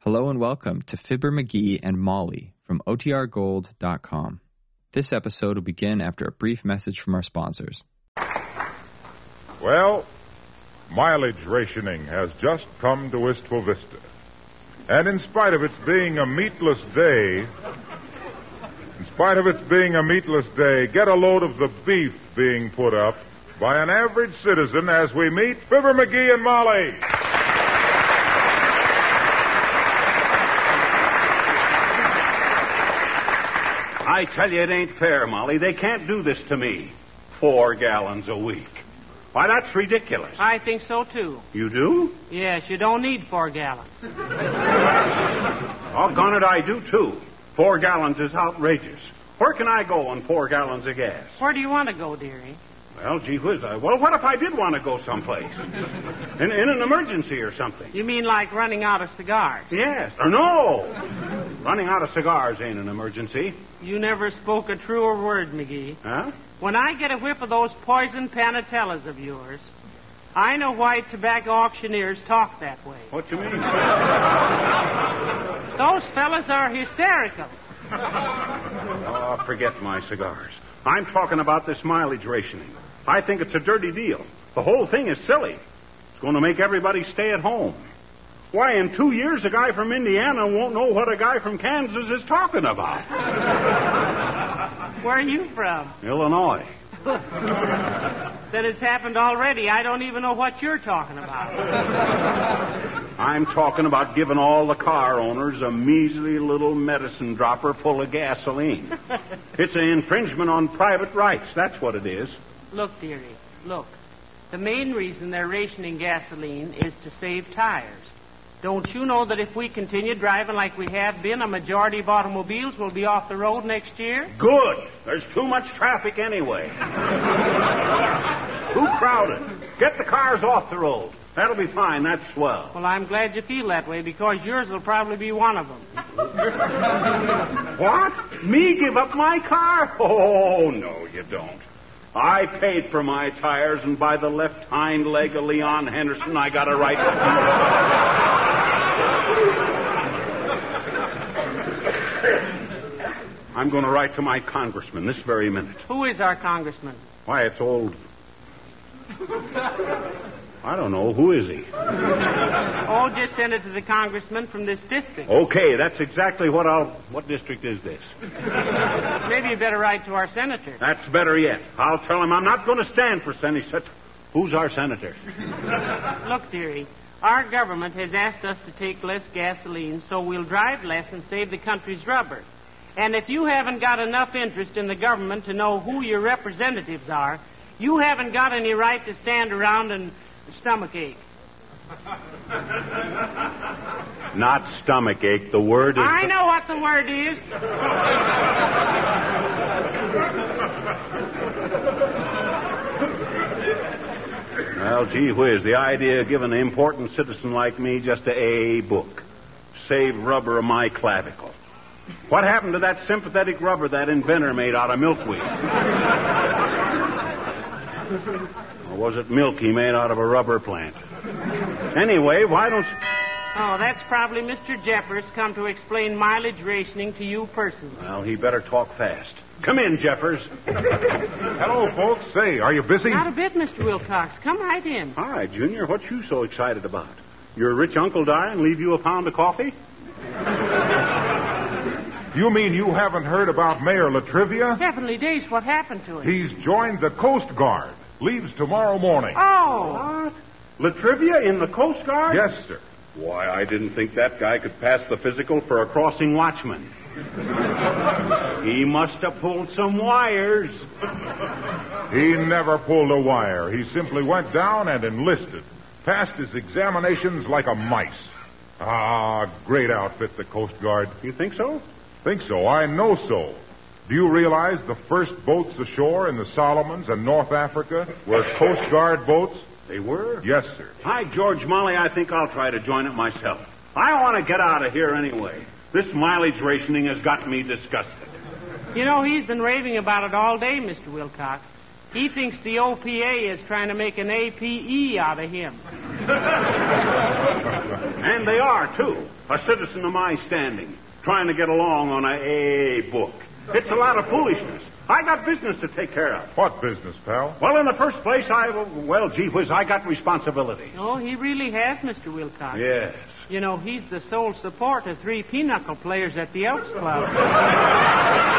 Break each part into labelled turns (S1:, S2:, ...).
S1: Hello and welcome to Fibber McGee and Molly from OTRGold.com. This episode will begin after a brief message from our sponsors.
S2: Well, mileage rationing has just come to Wistful Vista. And in spite of its being a meatless day, in spite of its being a meatless day, get a load of the beef being put up by an average citizen as we meet Fibber McGee and Molly.
S3: I tell you, it ain't fair, Molly. They can't do this to me. Four gallons a week. Why, that's ridiculous.
S4: I think so too.
S3: You do?
S4: Yes, you don't need four gallons.
S3: Doggone Oh, it, I do too. Four gallons is outrageous. Where can I go on four gallons of gas?
S4: Where do you want to go, dearie?
S3: Well, gee whiz, I, well, what if I did want to go someplace? In, in an emergency or something?
S4: You mean like running out of cigars?
S3: Yes, or no. Running out of cigars ain't an emergency.
S4: You never spoke a truer word, McGee.
S3: Huh?
S4: When I get a whiff of those poison panatellas of yours, I know why tobacco auctioneers talk that way.
S3: What you mean?
S4: Those fellas are hysterical.
S3: Oh, forget my cigars. I'm talking about this mileage rationing. I think it's a dirty deal. The whole thing is silly. It's going to make everybody stay at home. Why, in two years, a guy from Indiana won't know what a guy from Kansas is talking about.
S4: Where are you from?
S3: Illinois.
S4: That it's happened already. I don't even know what you're talking about.
S3: I'm talking about giving all the car owners a measly little medicine dropper full of gasoline. it's an infringement on private rights. That's what it is.
S4: Look, dearie, look. The main reason they're rationing gasoline is to save tires. Don't you know that if we continue driving like we have been, a majority of automobiles will be off the road next year?
S3: Good. There's too much traffic anyway. too crowded. Get the cars off the road. That'll be fine. That's swell.
S4: Well, I'm glad you feel that way because yours will probably be one of them.
S3: What? Me give up my car? Oh, no, you don't. I paid for my tires, and by the left hind leg of Leon Henderson, I got a right. I'm going to write to my congressman this very minute.
S4: Who is our congressman?
S3: Why, it's old. I don't know. Who is he?
S4: Oh, just send it to the congressman from this district.
S3: Okay, that's exactly what I'll. What district is this?
S4: Maybe you better write to our senator.
S3: That's better yet. I'll tell him I'm not going to stand for any such. Who's our senator?
S4: Look, dearie, our government has asked us to take less gasoline, so we'll drive less and save the country's rubber. And if you haven't got enough interest in the government to know who your representatives are, you haven't got any right to stand around and stomach ache.
S3: Not stomach ache. The word is.
S4: I know what the word is.
S3: Well, gee whiz, the idea of giving an important citizen like me just a AA book. Save rubber of my clavicle. What happened to that sympathetic rubber that inventor made out of milkweed? or was it milk he made out of a rubber plant? Anyway, why don't you...
S4: Oh, that's probably Mr. Jeffers come to explain mileage rationing to you personally.
S3: Well, he better talk fast. Come in, Jeffers.
S2: Hello, folks. Say, are you busy?
S4: Not a bit, Mr. Wilcox. Come right in.
S3: All right, Junior, what you so excited about? Your rich uncle die and leave you a pound of coffee?
S2: You mean you haven't heard about Mayor Latrivia?
S4: Heavenly days, what happened to him?
S2: He's joined the Coast Guard. Leaves tomorrow morning.
S4: Oh,
S3: What? Latrivia in the Coast Guard?
S2: Yes, sir.
S3: Why, I didn't think that guy could pass the physical for a crossing watchman. he must have pulled some wires.
S2: He never pulled a wire. He simply went down and enlisted. Passed his examinations like a mice. Ah, great outfit, the Coast Guard.
S3: You think so?
S2: Think so. I know so. Do you realize the first boats ashore in the Solomons and North Africa were Coast Guard boats?
S3: They were?
S2: Yes, sir.
S3: Hi, George Molly. I think I'll try to join it myself. I want to get out of here anyway. This mileage rationing has got me disgusted.
S4: you know, he's been raving about it all day, Mr. Wilcox. He thinks the OPA is trying to make an APE out of E him.
S3: And they are, too. a citizen of my standing, trying to get along on a AA book. It's a lot of foolishness. I got business to take care of.
S2: What business, pal?
S3: Well, in the first place, I, well, gee whiz, I got responsibility.
S4: Oh, he really has, Mr. Wilcox.
S3: Yes.
S4: You know, he's the sole support of three pinochle players at the Elks Club.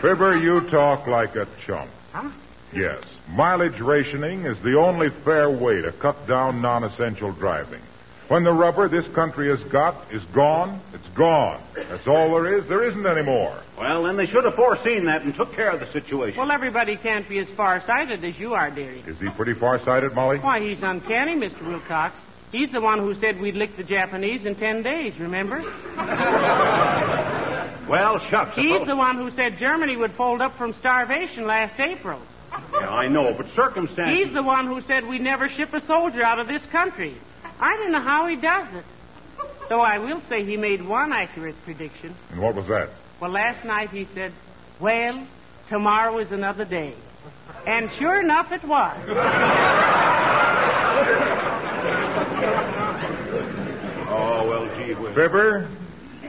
S2: Fibber, you talk like a chump.
S4: Huh?
S2: Yes, mileage rationing is the only fair way to cut down non essential driving. When the rubber this country has got is gone, it's gone. That's all there is. There isn't any more.
S3: Well, then they should have foreseen that and took care of the situation.
S4: Well, everybody can't be as farsighted as you are, dearie.
S2: Is he pretty farsighted, Molly?
S4: Why, he's uncanny, Mr. Wilcox. He's the one who said we'd lick the Japanese in ten days, remember?
S3: Well, shucks.
S4: He's
S3: suppose-
S4: the one who said Germany would fold up from starvation last April.
S3: Yeah, I know, but circumstances.
S4: He's the one who said we'd never ship a soldier out of this country. I don't know how he does it. Though I will say he made one accurate prediction.
S2: And what was that?
S4: Well, last night he said, Well, tomorrow is another day. And sure enough, it was.
S3: Oh, well, gee whiz.
S2: Fibber,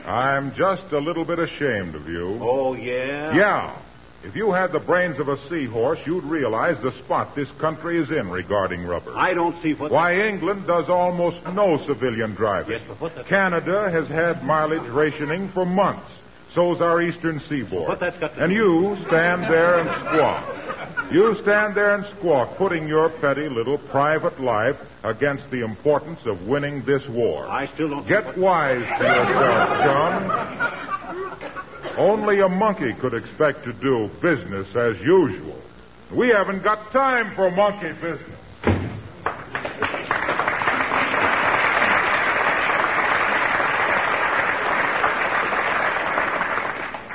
S2: I'm just a little bit ashamed of you.
S3: Oh, yeah?
S2: Yeah. If you had the brains of a seahorse, you'd realize the spot this country is in regarding rubber.
S3: I don't see what.
S2: Why, England does almost no civilian driving.
S3: Yes, but what the-
S2: Canada has had mileage rationing for months. So's our eastern seaboard.
S3: But that's got to-
S2: And you stand there and squawk. You stand there and squawk, putting your petty little private life against the importance of winning this war.
S3: I still don't. see
S2: Get
S3: what-
S2: wise to yourself, John. Only a monkey could expect to do business as usual. We haven't got time for monkey business.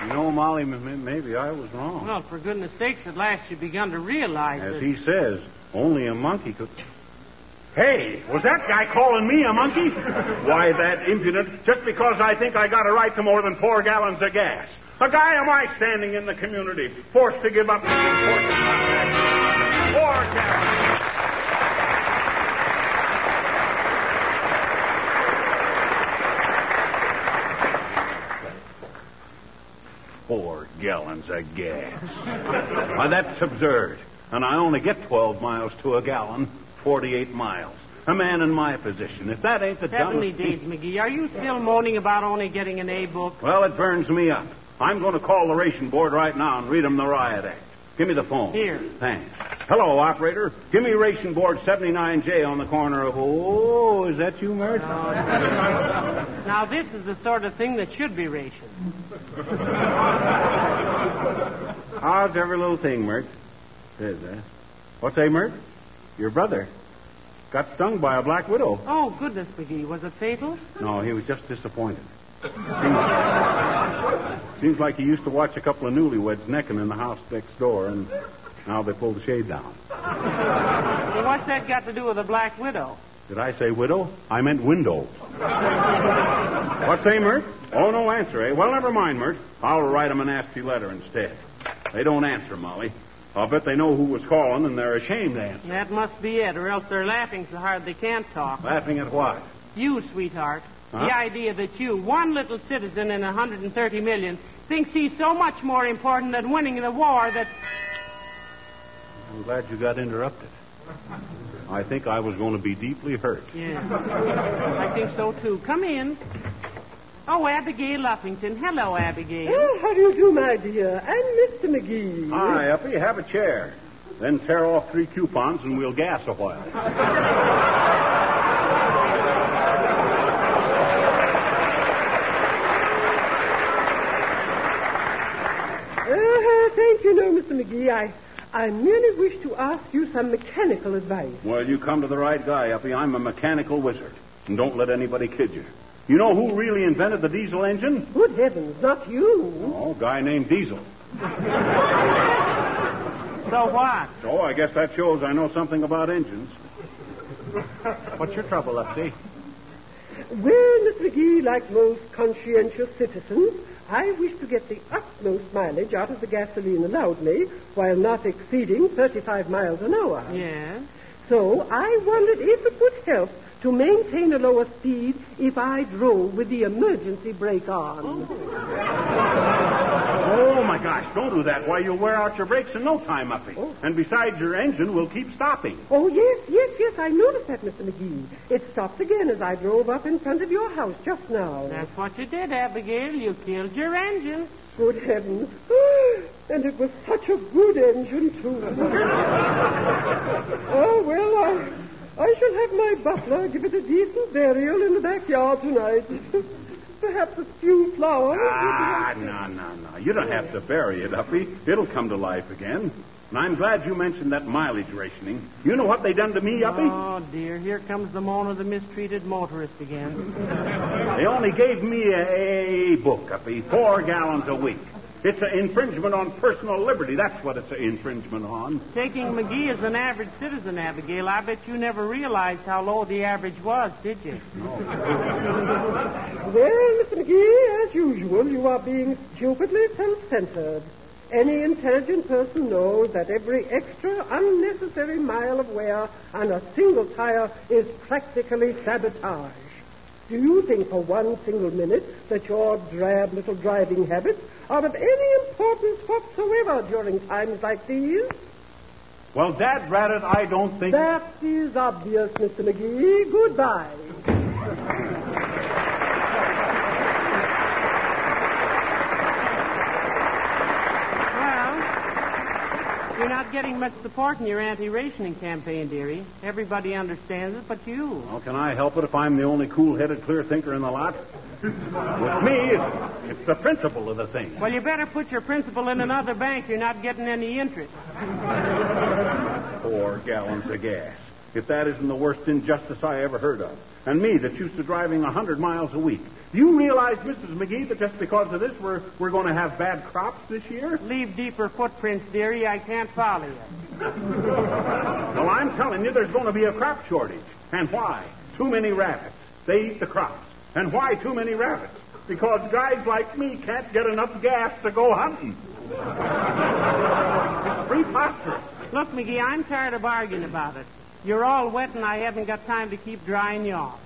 S3: You know, Molly, m- m- maybe I was wrong.
S4: Well, for goodness sakes, at last you've begun to realize
S3: As
S4: it.
S3: he says, only a monkey could. Hey, was that guy calling me a monkey? Why, that impudent, just because I think I got a right to more than four gallons of gas. A guy am I standing in the community, forced to give up the important contract. Four gallons. Four gallons of gas. Why, that's absurd. And I only get 12 miles to a gallon, 48 miles. A man in my position. If that ain't the
S4: Heavenly
S3: dumbest...
S4: days, McGee, are you still moaning about only getting an A book?
S3: Well, it burns me up. I'm going to call the ration board right now and read them the riot act. Give me the phone.
S4: Here.
S3: Thanks. Hello, operator. Give me ration board 79J on the corner of... Oh, is that you, Mert?
S4: Now, this is the sort of thing that should be rationed.
S3: How's every little thing, Mert? Says that. What's that, Mert? Your brother. Got stung by a black widow.
S4: Oh, goodness, McGee, was it fatal?
S3: No, he was just disappointed. Seems, seems like he used to watch a couple of newlyweds necking in the house next door, and now they pull the shade down.
S4: Well, what's that got to do with a black widow?
S3: Did I say widow? I meant window. What's say, Mert? Oh, no answer, eh? Well, never mind, Mert. I'll write 'em a nasty letter instead. They don't answer, Molly. I'll bet they know who was calling, and they're ashamed to answer.
S4: That must be it, or else they're laughing so hard they can't talk.
S3: Laughing at what?
S4: You, sweetheart,
S3: Huh?
S4: the idea that you, one little citizen in 130 million, thinks he's so much more important than winning the war that.
S3: I'm glad you got interrupted. I think I was going to be deeply hurt.
S4: Yeah. I think so, too. Come in. Oh, Abigail Uppington. Hello, Abigail.
S5: Well, how do you do, my dear? And Mr. McGee.
S3: Hi, Uppy, have a chair. Then tear off three coupons and we'll gas a while.
S5: Uh, thank you, no, Mr. McGee. I, I merely wish to ask you some mechanical advice.
S3: Well, you come to the right guy, Uppy. I'm a mechanical wizard. And don't let anybody kid you. You know who really invented the diesel engine?
S5: Good heavens, not you.
S3: Oh, a guy named Diesel.
S4: So what?
S3: So Oh, I guess that shows I know something about engines. What's your trouble, Uppy?
S5: Well, Mr. McGee, like most conscientious citizens, I wish to get the utmost mileage out of the gasoline allowed me while not exceeding 35 miles an hour.
S4: Yes.
S5: So I wondered if it would help to maintain a lower speed if I drove with the emergency brake on.
S3: Oh, my gosh, don't do that. Why, you'll wear out your brakes in no time, Uppy. And besides, your engine will keep stopping.
S5: Oh, yes, yes, yes, I noticed that, Mr. McGee. It stopped again as I drove up in front of your house just now.
S4: That's what you did, Abigail. You killed your engine.
S5: Good heavens. And it was such a good engine, too. oh, well, I, I shall have my butler give it a decent burial in the backyard tonight. Perhaps a few flowers. would
S3: Ah,
S5: help.
S3: no, no, no. You don't have to bury it, Uppy. It'll come to life again. And I'm glad you mentioned that mileage rationing. You know what they done to me, Uppy?
S4: Oh, dear. Here comes the moan of the mistreated motorist again.
S3: They only gave me a, a book, Uppy, four gallons a week. It's an infringement on personal liberty. That's what it's an infringement on.
S4: Taking McGee as an average citizen, Abigail, I bet you never realized how low the average was, did you?
S5: Well, Mr. McGee, as usual, you are being stupidly self-centered. Any intelligent person knows that every extra unnecessary mile of wear on a single tire is practically sabotage. Do you think for one single minute that your drab little driving habits are of any importance whatsoever during times like these?
S3: Well, Dad Ratted, I don't think.
S5: That is obvious, Mr. McGee. Goodbye.
S4: Well, you're not getting much support in your anti-rationing campaign, dearie. Everybody understands it but you.
S3: Well, can I help it if I'm the only cool-headed, clear thinker in the lot? With me, it's- it's the principle of the thing.
S4: Well, you better put your principal in another bank. You're not getting any interest.
S3: Four gallons of gas. If that isn't the worst injustice I ever heard of. And me that's used to driving a hundred miles a week. Do you realize, Mrs. McGee, that just because of this we're we're gonna have bad crops this year?
S4: Leave deeper footprints, dearie. I can't follow you.
S3: Well, I'm telling you, there's going to be a crop shortage. And why? Too many rabbits. They eat the crops. And why too many rabbits? Because guys like me can't get enough gas to go hunting. it's preposterous.
S4: Look, McGee, I'm tired of arguing about it. You're all wet, and I haven't got time to keep drying you off.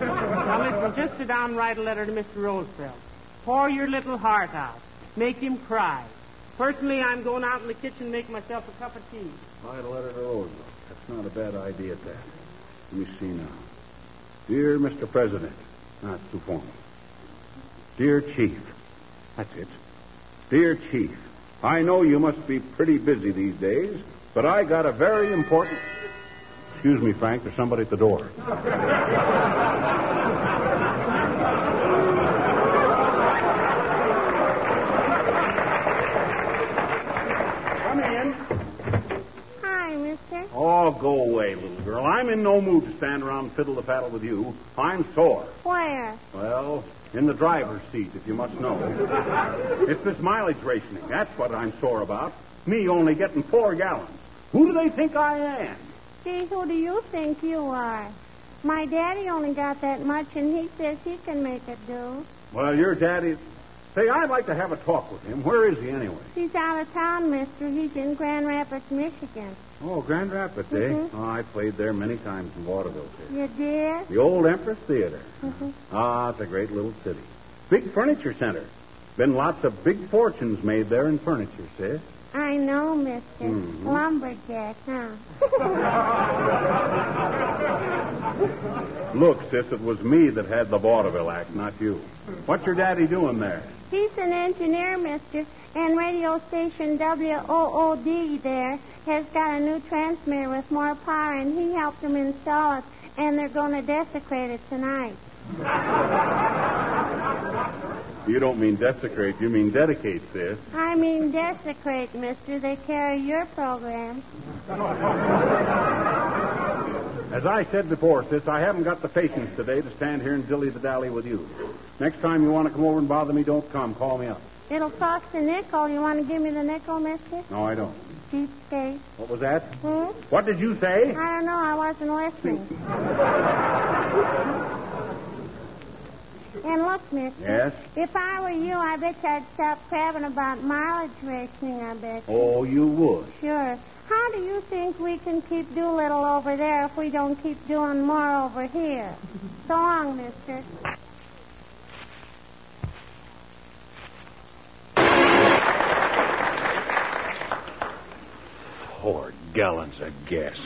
S4: now, listen, just sit down and write a letter to Mr. Roosevelt. Pour your little heart out. Make him cry. Personally, I'm going out in the kitchen and make myself a cup of tea.
S3: Write a letter to Roosevelt. That's not a bad idea, Dad. Let me see now. Dear Mr. President, not too formal. Dear Chief, that's it. Dear Chief, I know you must be pretty busy these days, but I got a very important. Excuse me, Frank. There's somebody at the door. Come in.
S6: Hi, mister.
S3: Oh, go away, little girl. I'm in no mood to stand around and fiddle the paddle with you. I'm sore.
S6: Where?
S3: Well, in the driver's seat, if you must know. it's this mileage rationing. That's what I'm sore about. Me only getting four gallons. Who do they think I am?
S6: Gee, who do you think you are? My daddy only got that much, and he says he can make it do.
S3: Well, your daddy. Say, I'd like to have a talk with him. Where is he anyway?
S6: He's out of town, mister. He's in Grand Rapids, Michigan.
S3: Oh, Grand Rapids, eh? Oh, I played there many times in vaudeville. Here.
S6: You did?
S3: The old Empress Theater. Ah, it's a great little city. Big furniture center. Been lots of big fortunes made there in furniture, sis.
S6: I know, mister.
S3: Mhm.
S6: Lumberjack, huh?
S3: Look, sis, it was me that had the vaudeville act, not you. What's your daddy doing there?
S6: He's an engineer, mister, and radio station WOOD there has got a new transmitter with more power, and he helped them install it, and they're going to desecrate it tonight.
S3: You don't mean desecrate, you mean dedicate, sis.
S6: I mean desecrate, mister. They carry your program.
S3: As I said before, sis, I haven't got the patience today to stand here and dilly the dally with you. Next time you want to come over and bother me, don't come. Call me up.
S6: It'll cost a nickel. You want to give me the nickel, mister?
S3: No, I don't.
S6: Cheapskate.
S3: What was that?
S6: Hmm?
S3: What did you say?
S6: I don't know. I wasn't listening. and look, mister.
S3: Yes?
S6: If I were you, I bet you I'd stop crabbing about mileage racing, I bet.
S3: Oh, you would.
S6: Sure. How do you think we can keep Doolittle over there if we don't keep doing more over here? So long, mister.
S3: Four gallons of gas.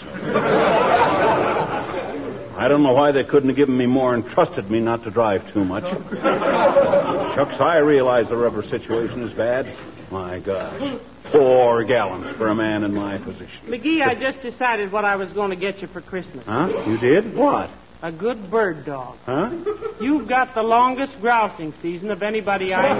S3: I don't know why they couldn't have given me more and trusted me not to drive too much. Chucks, I realize the rubber situation is bad. My gosh. Four gallons for a man in my position.
S4: McGee, I just decided what I was going to get you for Christmas.
S3: Huh? You did? What?
S4: A good bird dog.
S3: Huh?
S4: You've got the longest grousing season of anybody I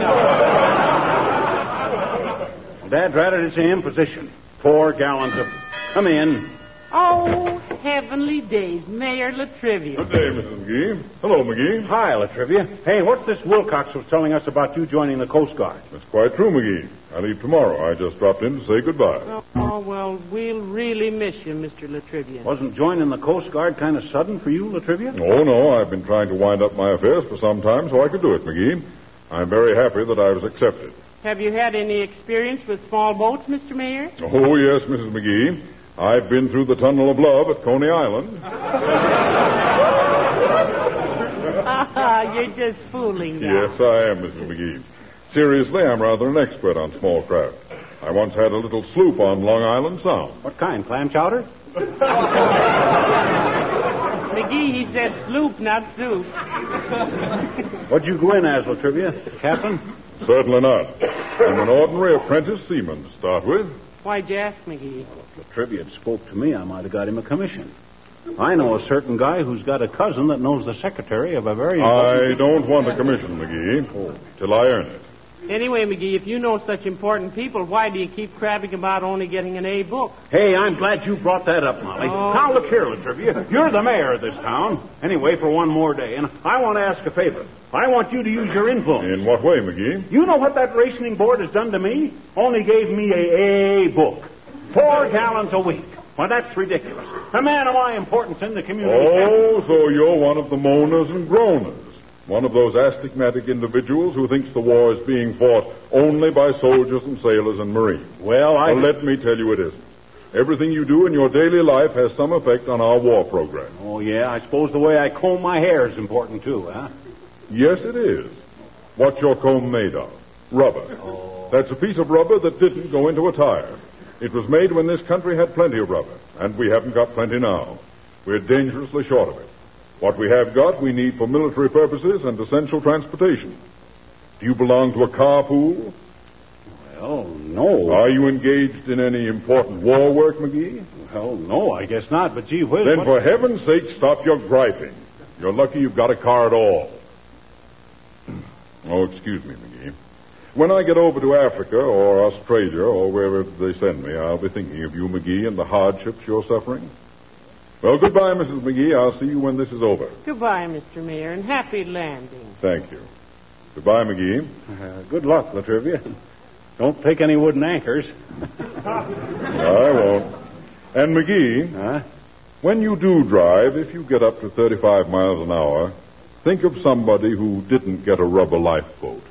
S4: know.
S3: Dad ratted it's an imposition. Four gallons of. Come in.
S4: Oh, heavenly days, Mayor Latrivia.
S2: day, Mrs. McGee. Hello, McGee.
S3: Hi, Latrivia. Hey, what's this Wilcox was telling us about you joining the Coast Guard?
S2: That's quite true, McGee. I leave tomorrow. I just dropped in to say goodbye.
S4: Oh, well, we'll really miss you, Mr. Latrivia.
S3: Wasn't joining the Coast Guard kind of sudden for you, Latrivia?
S2: Oh, no, I've been trying to wind up my affairs for some time so I could do it, McGee. I'm very happy that I was accepted.
S4: Have you had any experience with small boats, Mr. Mayor?
S2: Oh, yes, Mrs. McGee. I've been through the tunnel of love at Coney Island.
S4: You're just fooling me.
S2: Yes, I am, Mrs. McGee. Seriously, I'm rather an expert on small craft. I once had a little sloop on Long Island Sound.
S3: What kind? Clam chowder?
S4: McGee, he said sloop, not soup.
S3: What'd you go in as, Latrivia? Captain?
S2: Certainly not. I'm an ordinary apprentice seaman to start with.
S4: Why'd you ask, McGee?
S3: Latrivia had spoke to me. I might have got him a commission. I know a certain guy who's got a cousin that knows the secretary of a very.
S2: I don't want a commission, McGee, till I earn it.
S4: Anyway, McGee, if you know such important people, why do you keep crabbing about only getting an A book?
S3: Hey, I'm glad you brought that up, Molly.
S4: Oh.
S3: Now, look here, Latrivia. You're the mayor of this town. Anyway, for one more day. And I want to ask a favor. I want you to use your influence.
S2: In what way, McGee?
S3: You know what that rationing board has done to me? Only gave me a A book. Four gallons a week. Why, that's ridiculous. A man of my importance in the community.
S2: Oh, so you're one of the moaners and groaners. One of those astigmatic individuals who thinks the war is being fought only by soldiers and sailors and marines.
S3: Well, I.
S2: Well, let me tell you it isn't. Everything you do in your daily life has some effect on our war program.
S3: Oh, yeah, I suppose the way I comb my hair is important, too, huh?
S2: Yes, it is. What's your comb made of? Rubber. That's a piece of rubber that didn't go into a tire. It was made when this country had plenty of rubber, and we haven't got plenty now. We're dangerously short of it. What we have got, we need for military purposes and essential transportation. Do you belong to a car pool?
S3: Well, no.
S2: Are you engaged in any important war work, McGee?
S3: well, no, I guess not, but gee whiz.
S2: Then,
S3: what-
S2: for heaven's sake, stop your griping. You're lucky you've got a car at all. Oh, excuse me, McGee. When I get over to Africa or Australia or wherever they send me, I'll be thinking of you, McGee, and the hardships you're suffering. Well, goodbye, Mrs. McGee. I'll see you when this is over.
S4: Goodbye, Mr. Mayor, and happy landing.
S2: Thank you. Goodbye, McGee.
S3: Uh, good luck, Latrivia. Don't take any wooden anchors.
S2: I won't. And, McGee,
S3: huh?
S2: when you do drive, if you get up to 35 miles an hour, think of somebody who didn't get a rubber lifeboat.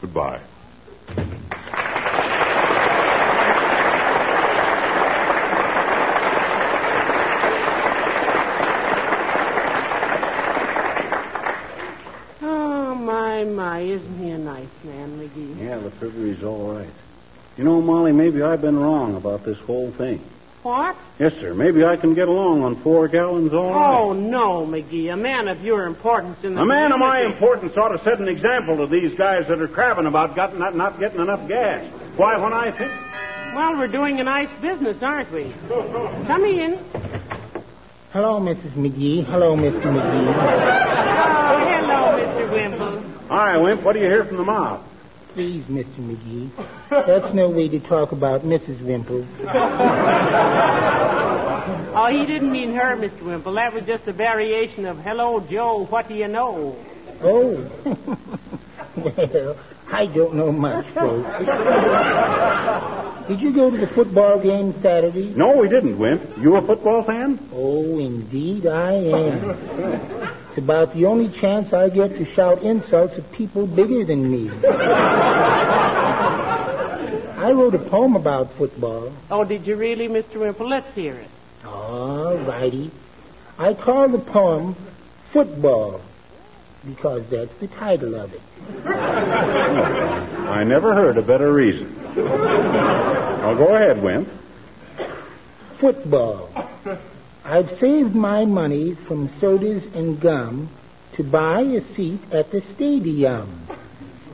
S2: Goodbye.
S4: Oh, my, my, isn't he a nice man, McGee?
S3: Yeah, Latrivia's all right. You know, Molly, maybe I've been wrong about this whole thing.
S4: What?
S3: Yes, sir. Maybe I can get along on four gallons all right.
S4: Oh, no, McGee, a man of your importance in the
S3: A man of my
S4: community-
S3: importance ought to set an example to these guys that are crabbing about got, not, not getting enough gas. Why, when I think.
S4: Well, we're doing a nice business, aren't we? Come in.
S7: Hello, Mrs. McGee. Hello, Mr. McGee.
S4: Oh, hello, Mr. Wimble.
S3: Hi, Wimp, what do you hear from the mob?
S7: Please, Mr. McGee. That's no way to talk about Mrs. Wimple.
S4: Oh, he didn't mean her, Mr. Wimple. That was just a variation of hello, Joe, what do you know?
S7: Oh. well, I don't know much, folks. Did you go to the football game Saturday?
S3: No, we didn't, Wimp. You a football fan?
S7: Oh, indeed I am. It's about the only chance I get to shout insults at people bigger than me. I wrote a poem about football.
S4: Oh, did you really, Mr. Wimple? Let's hear it.
S7: All righty. I call the poem Football because that's the title of it.
S3: I never heard a better reason. now go ahead, Wimp.
S7: Football. I've saved my money from sodas and gum to buy a seat at the stadium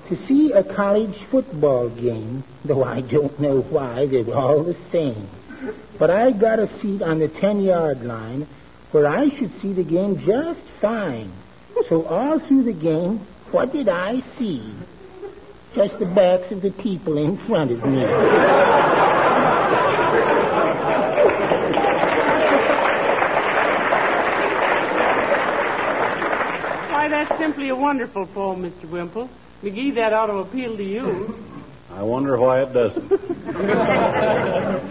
S7: to see a college football game, though I don't know why they were all the same. But I got a seat on the 10 yard line where I should see the game just fine. So all through the game, what did I see? Just the backs of the people in front of me.
S4: Why, that's simply a wonderful poem, Mr. Wimple. McGee, that ought to appeal to you.
S3: I wonder why it doesn't.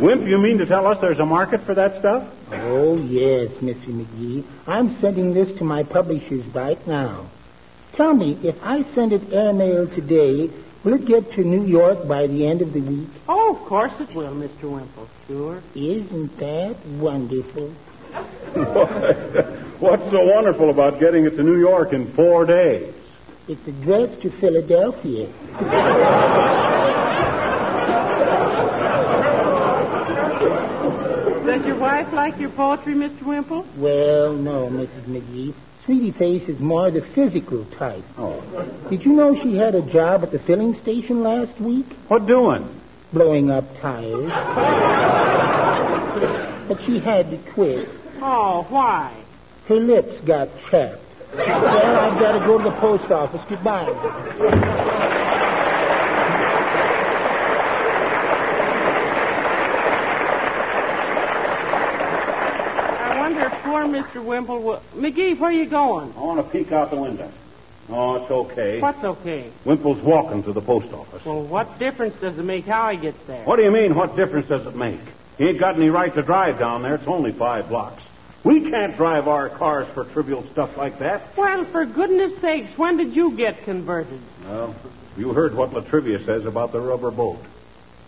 S3: Wimp, you mean to tell us there's a market for that stuff?
S7: Oh, yes, Mr. McGee. I'm sending this to my publishers right now. Tell me, if I send it airmail today, will it get to New York by the end of the week?
S4: Oh, of course it will, Mr. Wimple. Sure.
S7: Isn't that wonderful?
S3: What's so wonderful about getting it to New York in four days?
S7: It's addressed to Philadelphia.
S4: Does your wife like your poetry, Mr. Wimple?
S7: Well, no, Mrs. McGee. Sweetie Face is more the physical type.
S3: Oh.
S7: Did you know she had a job at the filling station last week?
S3: What doing?
S7: Blowing up tires. but she had to quit.
S4: Oh, why?
S7: Her lips got chapped. Well, I've got to go to the post office. Goodbye.
S4: I wonder if poor Mr. Wimple will. McGee, where are you going?
S3: I want to peek out the window. Oh, it's okay.
S4: What's okay?
S3: Wimple's walking to the post office.
S4: Well, what difference does it make how he gets there?
S3: What do you mean, what difference does it make? He ain't got any right to drive down there. It's only five blocks. We can't drive our cars for trivial stuff like that.
S4: Well, for goodness sakes, when did you get converted?
S3: Well, you heard what Latrivia says about the rubber boat.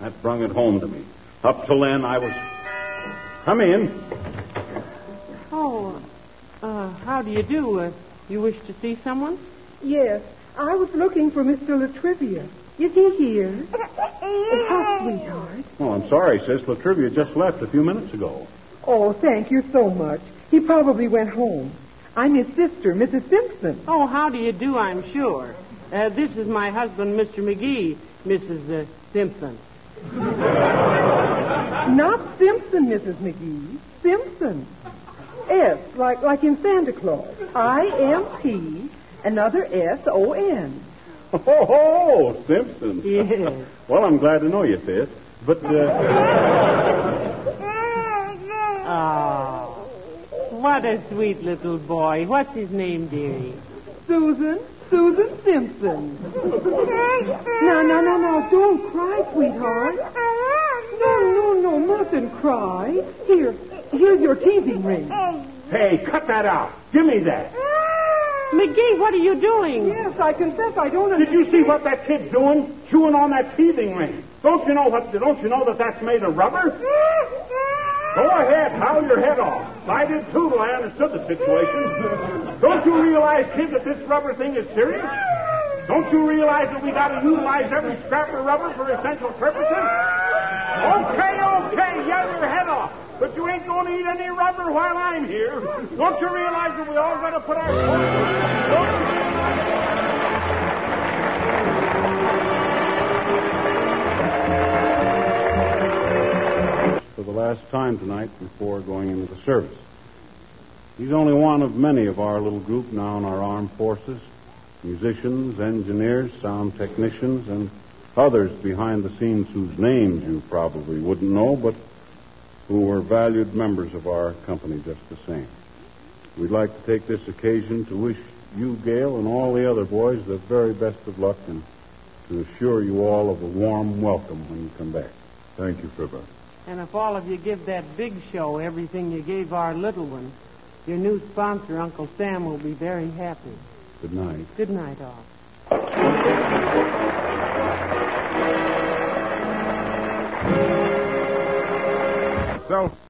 S3: That brung it home to me. Up till then, I was. Come in.
S4: Oh, uh, how do you do? Uh, you wish to see someone?
S5: Yes, I was looking for Mr. Latrivia. Is he here? Oh, sweetheart.
S3: Oh, I'm sorry, sis. Latrivia just left a few minutes ago.
S5: Oh, thank you so much. He probably went home. I'm his sister, Mrs. Simpson.
S4: Oh, how do you do, I'm sure. Uh, this is my husband, Mr. McGee, Mrs. Uh, Simpson.
S5: Not Simpson, Mrs. McGee. Simpson. S, like, like in Santa Claus. I-M-P, another S-O-N.
S3: Ho, ho, ho, Simpson.
S4: Yes.
S3: well, I'm glad to know you, sis. But, uh,
S4: Oh, what a sweet little boy. What's his name, dearie?
S5: Susan, Susan Simpson. No, no, no, no, don't cry, sweetheart. No, no, no, mustn't cry. Here, here's your teasing ring.
S3: hey, cut that out. Give me that.
S4: McGee, what are you doing?
S5: Yes, I confess I don't
S3: Did
S5: understand.
S3: you see what that kid's doing? Chewing on that teething ring. Don't you know what? Don't you know that that's made of rubber? Go ahead, howl your head off. I did too till I understood the situation. Don't you realize, kid, that this rubber thing is serious? Don't you realize that we gotta utilize every scrap of rubber for essential purposes? Okay, okay, yell your head off. But you ain't gonna eat any rubber while I'm here. Don't you realize that we all gotta put our Don't you for the last time tonight before going into the service. He's only one of many of our little group now in our armed forces musicians, engineers, sound technicians, and others behind the scenes whose names you probably wouldn't know, but who were valued members of our company just the same. We'd like to take this occasion to wish you, Gail, and all the other boys the very best of luck and to assure you all of a warm welcome when you come back.
S2: Thank you, Fibber.
S4: And if all of you give that big show everything you gave our little one, your new sponsor, Uncle Sam, will be very happy.
S3: Good night.
S4: Good night, all.
S2: self